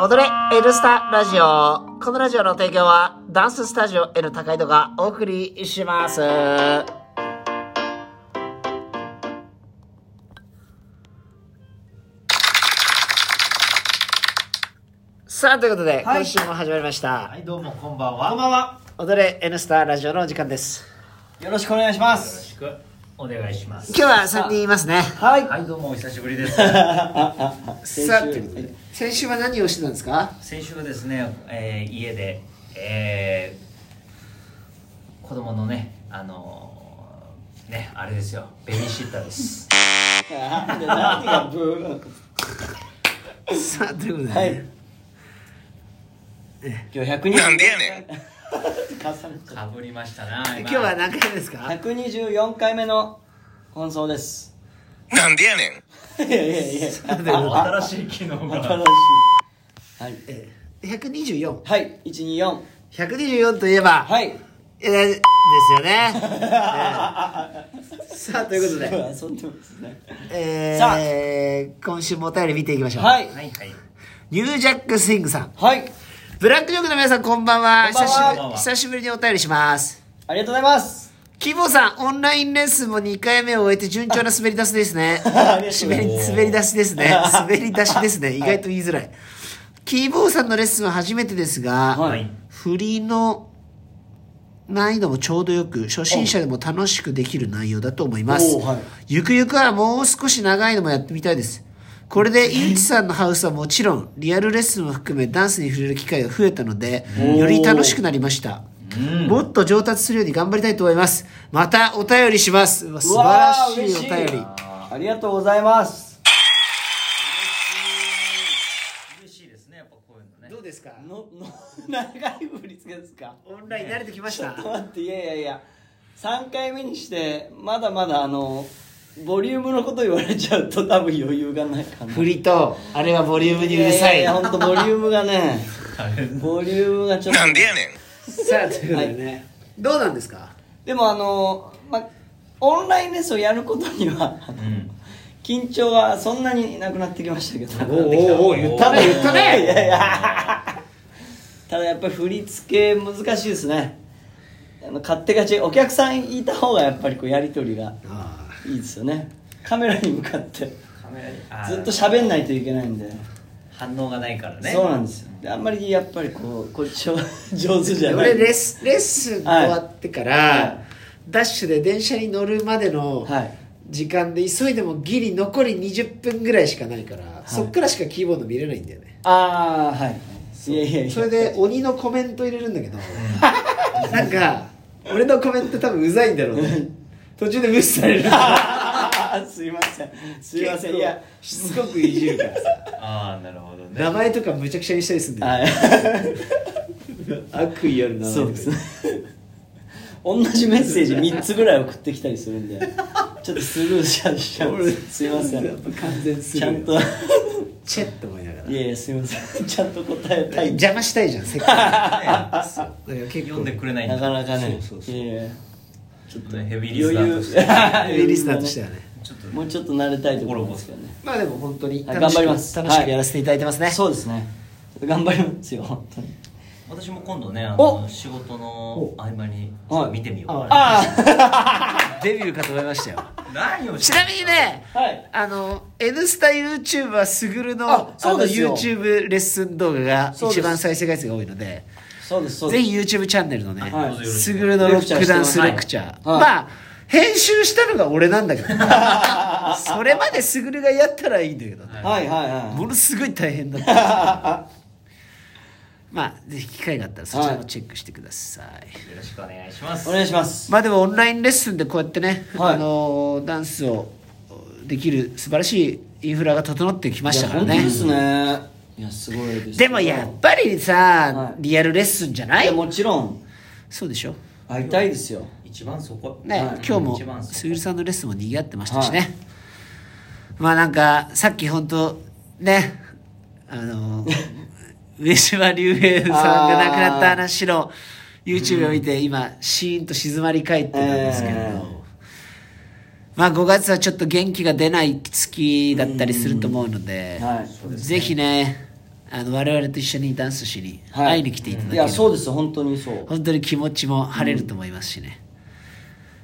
踊れ N スタラジオこのラジオの提供はダンススタジオ N 高井戸がお送りしますさあということで、はい今週も始まりました、はい、どうも、こんばんは。こんばんは。踊れ N スタラジオのお時間ですよろしくお願いしまよろす。しくお願いします。今日は三人いますねはい。はい、どうも、お久しぶり です。先週さあということで先週は何をしてたんですか先週はですね、えー家で、えー子供のね、あのーね、あれですよ、ベビーシッター です。なんで何がブーなんですかさあということで、はい。今日100人。なんでやね ん。かぶりましたな、今日は何回目ですか124回目の放送です。なんでやねんいやいやいや。あ新しい機能新しが。い。はい。 124はい。124。 124といえば、はい。えーですよね。さあということで、 そう遊んでますね。えー、今週もお便り見ていきましょう。はい。はいはい。ニュージャックスイングさん、はい。ブラックジョークの皆さんこんばんは。こ久んばんはしこんばぶんりは久しぶりにお便りします。ありがとうございます。キボさん、オンラインレッスンも2回目を終えて順調な滑り出しですね。ありがとうご滑ざいり、ます。滑り出しですね。滑り出しですね。意外と言いづら い。キーボーさんのレッスンは初めてですが、はいはい。振りの難易度もちょうどよく初心者でも楽しくできる内容だと思います、おーはいゆくゆくはもう少し長いのもやってみたいですこれで井内さんのハウスはもちろんリアルレッスンを含めダンスに触れる機会が増えたのでより楽しくなりましたもっと上達するように頑張りたいと思いますまたお便りしますうわ素うわー晴らしいお嬉便りありがとうございます。嬉しいですね、やっぱこういうのね。どうですかの、の、長い振り付けですかオンライン慣れてきましちょたっと 待っていやいやいや3回目にしてまだまだあのボリュームのこと言われちゃうと多分余裕がないかな振りとあれはボリュームにうるさいやややほんとボリューム がねあれボリュームがちょっとなんでやねんさあということでね、どうなんですかでもあのまオンラインレッスンをやることにはうん。緊張はそんなになくなってきましたけどおおお言ったね言ったねいやいやただやっぱり振り付け難しいですねあの勝手勝ちお客さんいた方がやっぱりこうやり取りがあいいですよねカメラに向かってカメラにあーずっと喋んないといけないんで、反応がないからね。そうなんですよであんまりやっぱりこうこっ ちは上手じゃない俺レッスレッスン終わってから、はダッシュで電車に乗るまでのはい時間で急いでもギリ残り20分ぐらいしかないから、そっからしかキーボード見れないんだよねああはいいやいやいやそれで鬼のコメント入れるんだけど なんか俺のコメント多分うざいんだろうね途中で無視さ れる あーすいませんすいませんいや結構しつこくいじるからさああ、なるほどね。名前とかむちゃくちゃにしたりするんだよ、はい 悪意ある名前そとうでかすね同じメッセージ3つぐらい送ってきたりするんでちょっとスルーしちゃうしちゃ う俺すいませやっんぱ完全するちゃんと チェって思いながらいやいやすいませんちゃんと答えたい邪魔したいじゃんせっ かくそうだから結構読んでくれないんだなかなかねそうそうそういやいやちょっとね、ヘビー余リスナーとして。ヘビーリスナーとしてはねちょっとね もうちょっと慣れたいところですよねまあでも本当にはい楽しく頑張ります楽しはくいやらせていただいてますね、そうですねちょっと頑張りますよ本当に私も今度ね、あのお仕事の合間にちょっと見てみようはいかな。あデビューかと思いましたよ何をしちてんのなみにねあはいあの「N スタ」YouTuber すぐるのあそうですよあの YouTube レッスン動画がそうです一番再生回数が多いのでそうですそうでぜすひ YouTube チャンネルのね、はいどうぞよろしくすぐるのロックダンスレクチャー、はいまあ編集したのが俺なんだけど それまですぐるがやったらいいんだけどねはいはいはものすごい大変だったまあぜひ機会があったらそちらもチェックしてください、よろしくお願いしまいすお。願いしますまあでもオンラインレッスンでこうやってね、はいあのーダンスをできる素晴らしいインフラが整ってきましたからいねや本当ですねいやすごいですよでもやっぱりさ、はいリアルレッスンじゃないいやもちろんそうでしょ会いたいですよ一番そこ。ね、はい今日も一番そすこぐるさんのレッスンも賑わってましたしね、はいまあなんかさっき本当ねあ の上島竜兵さんが亡くなった話の YouTube を見て今シーンと静まり返ってるんですけれど、えまあ5月はちょっと元気が出ない月だったりすると思うので、はいぜひねあの我々と一緒にダンスしにはい会いに来ていただけいれば、やそうです本当にそう本当に気持ちも晴れると思いますしね、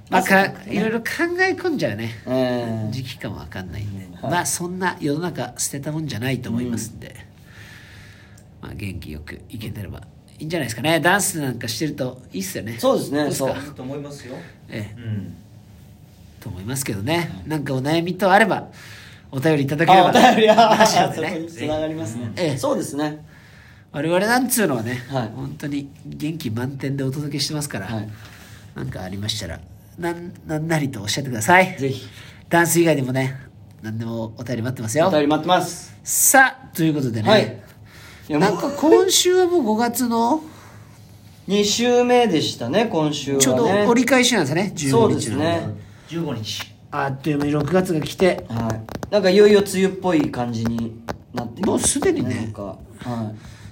まあかいろいろ考え込んじゃうね、え時期かもわかんないんで、はいまあそんな世の中捨てたもんじゃないと思いますんで、まあ元気よくいけてればいいんじゃないですかねダンスなんかしてるといいっすよねえそうですねどそうっうすかいいと思いますよええうんと思いますけどね、なんかお悩みとあればお便りいただけれあばお便りは 話なそんでこねにつながりますね、ええそうですね我々なんつうのはね、はい本当に元気満点でお届けしてますから、はいなんかありましたらなんなんなりとおっしゃってくださいぜひダンス以外でもね何でもお便り待ってますよお便り待ってますさあということでね、はいいやなんもかう今週はもう5月の2週目でしたね 今週はねちょうど折り返しなんですねそう15で日すの、ね15日あっという間に6月が来てはいなんかいよいよ梅雨っぽい感じになってきましたもうすでにねなんか、はい、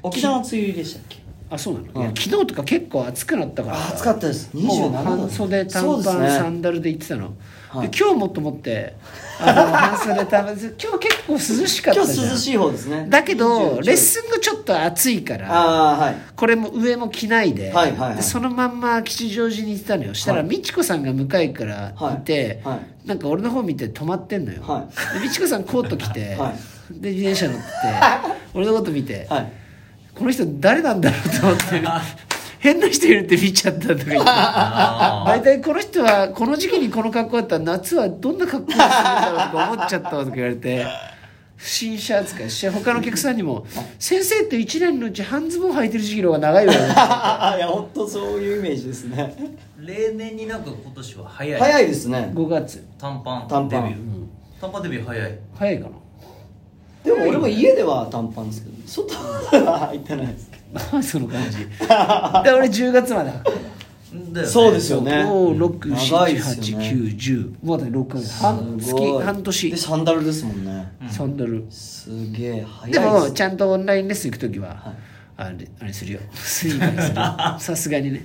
沖縄は梅雨入りでしたっけあそうなの、うんいや昨日とか結構暑くなったからあ暑かったですもう27度半袖短そパうン、ですねサンダルで行ってたの、はいで今日もと思って あの半袖短パン今日結構涼しかっ今たじ日ゃん涼しい方ですねだけど20レッスンがちょっと暑いからああはいこれも上も着ないで,、はいはいはいでそのまんま吉祥寺に行ってたのよしたら、はい美智子さんが向かいからいて、はいはなんか俺の方見て止まってんのよ、はで美智子さんコート着て、はで自転車 乗ってて俺のこと見て、はいこの人誰なんだろう と思って変な人いるって見ちゃったとか言って。あ大体この人はこの時期にこの格好だったら夏はどんな格好をするんだろうとか思っちゃったとか言われて不審者扱いして他のお客さんに も「先生って1年のうち半ズボン履いてる時期の方が長いわ よね」いや本当そういうイメージですねー例年になんか今年は早い早いですね5月短パン短パンデビュー、短パンデビュー早い早いかでも俺も家では短パンですけど外は入ってないですけな その 感じで俺10月まで履くだよねそうですよね長いですよね567890まだ6ヶ月半ど月半年でサンダルですもんねサンダルすげえ早いでもちゃゃんとオンラインレッスン行く時は、いあれあれするよスニーカーにするよさすがにね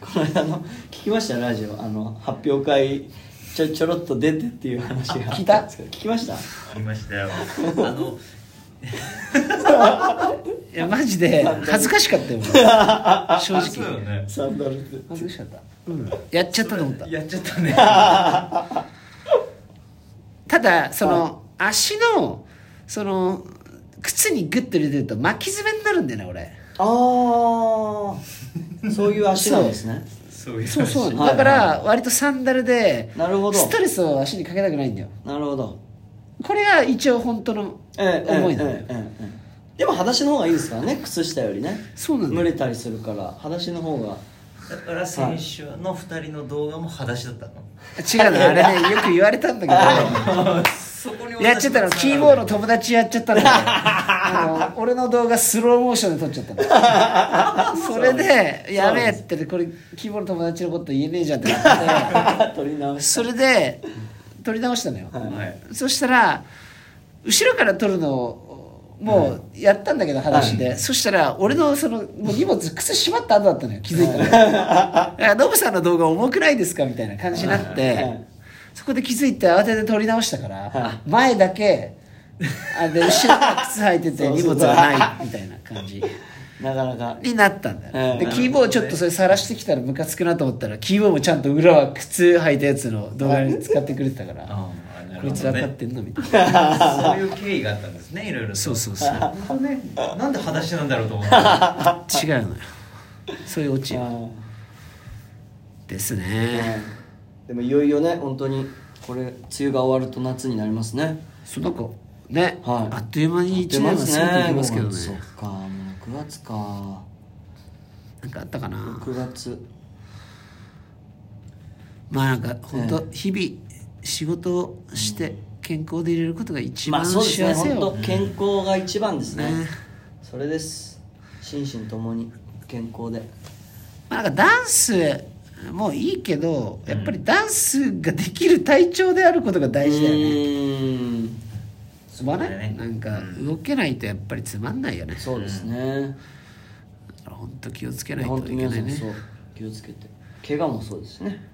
この間の聞きましたラジオあの発表会ちょちょろっと出てっていう話があったんですけど聞きましたありましたよあのいやマジで恥ずかしかったよ俺正あそうよ直ねサンダルって恥ずかしかった、うん、やっちゃったと思ったやっちゃったねただその、足のその靴にグッと入れてると巻き爪になるんだよね俺ああそういう足なんですねそういう話そうそう、はいだから割とサンダルでなるほどストレスを足にかけたくないんだよなるほどこれが一応本当のええええ思いなのよ、ええええでも裸足の方がいいですからね靴下よりねそうなんだ蒸よれたりするから裸足の方がだから先週の二人の動画も裸足だったの違うのあれねよく言われたんだけどそこにやっちゃったのキーボード友達やっちゃったのであの俺の動画スローモーションで撮っちゃったのそれでやべえってこれキーボード友達のこと言えねえじゃんってなっ取り直てしそれで撮り直したのよ、はいそしたら後ろから撮るのをもうやったんだけど話で、そしたら俺のそのもう荷物靴閉まった後だったのよ気づいたのだ からノブさんの動画重くないですかみたいな感じになって、はいそこで気づいて慌てて撮り直したから、は前だけあで後ろから靴履いてて そう荷そう物がないみたいな感じなかなかになったんだよ、うんでなるほどねキーボードちょっとそれ晒してきたらムカつくなと思ったらキーボードもちゃんと裏は靴履いたやつの動画に使ってくれてたから。ああなるこいほつど分かっねてんのみたいなそういう経緯があったんですねいろいろとそうそうそう本当ねなんで裸足なんだろうと思った違うのよそういうオチあよーですはねいでもいよいよね本当にこれ梅雨が終わると夏になりますねその子ね、はいあっという間に1年は過ぎていきますけどねそっかもう6月かなんかあったかな6月まあなんか本当日々仕事をして健康でいれることが一ま番あそう幸ですせねよ、本当健康が一番ですねねそれです心身ともに健康でまあなんかダンスもいいけどやっぱりダンスができる体調であることが大事だようねーんつまらそうだなよいねなんか動けないとやっぱりつまんないよねそうですね、だから本当気をつけない本と当いけ皆なさいんねそう気をつけて怪我もそうですね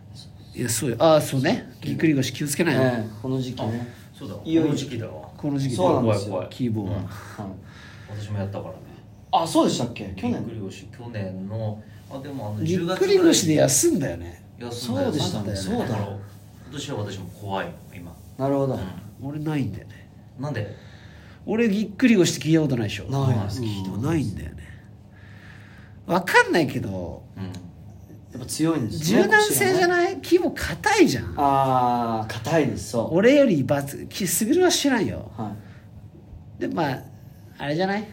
いいやそうよああそうねぎっくり腰気をつけないよ、ええこの時期ねそうだわいよいよこの時期だわこの時期そうなんでですよ怖い怖いキーボーは、うん私もやったからねあそうでしたっけ去ぎっく年り腰去年のあでもあのぎっ10月くり腰で休んだよね休んだやつそうでしたねあったよそうだから今年は私も怖いよ今なるほど俺ないんだよねなんで俺ぎっくり腰って聞いたことないでしょないですうん聞いたことないんだよねわかんないけどうんやっぱ強いんですね柔軟性じゃいない木も硬いじゃんああ硬いですそ俺よりバツき優れはしてないようはいでまああれじゃない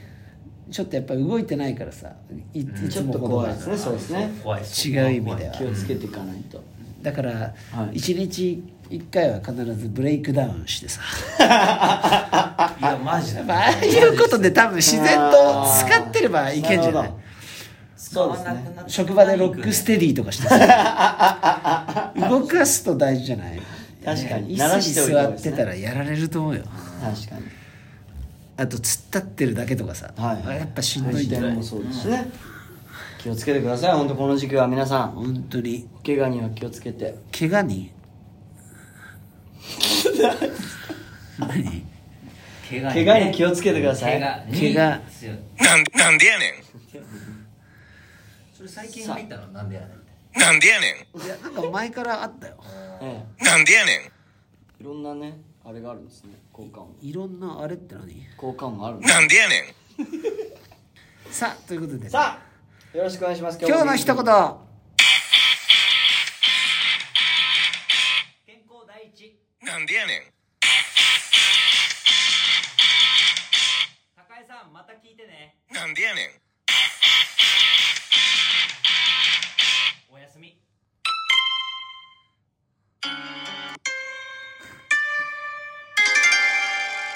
ちょっとやっぱ動いてないからさいいちつょっもとほど怖いはですねそうですね怖い違う意味では気をつけていかないとだからはい一日一回は必ずブレイクダウンしてさいやマジだよまあああいうことで多分自然と使ってればいけんじゃないあーるほどそうです使わなくねなった職場でロックステディとかしてさ動かすと大事じゃない確かにね椅慣ら子にしておいた座方がいいっですてねたらやられると思うよ確かにあと突っ立ってるだけとかさ、はいやっぱしんどいん視だよ点もそうですね気をつけてください本当この時期は皆さん本当にお怪我には気をつけて怪我に何怪我,、怪我に気をつけてください怪我怪我強いなんなんでやねそれ最近入ったのなんでやねんんなんでやねいやなんか前からあったよえんなんでやねんえいろんなねあれがあるんですね効果音いろんなあれって何効果音があるんですなんでやねんさあということでさあよろしくお願いします今日の一言健康第一なんでやねん高江さんまた聞いてねなんでやねん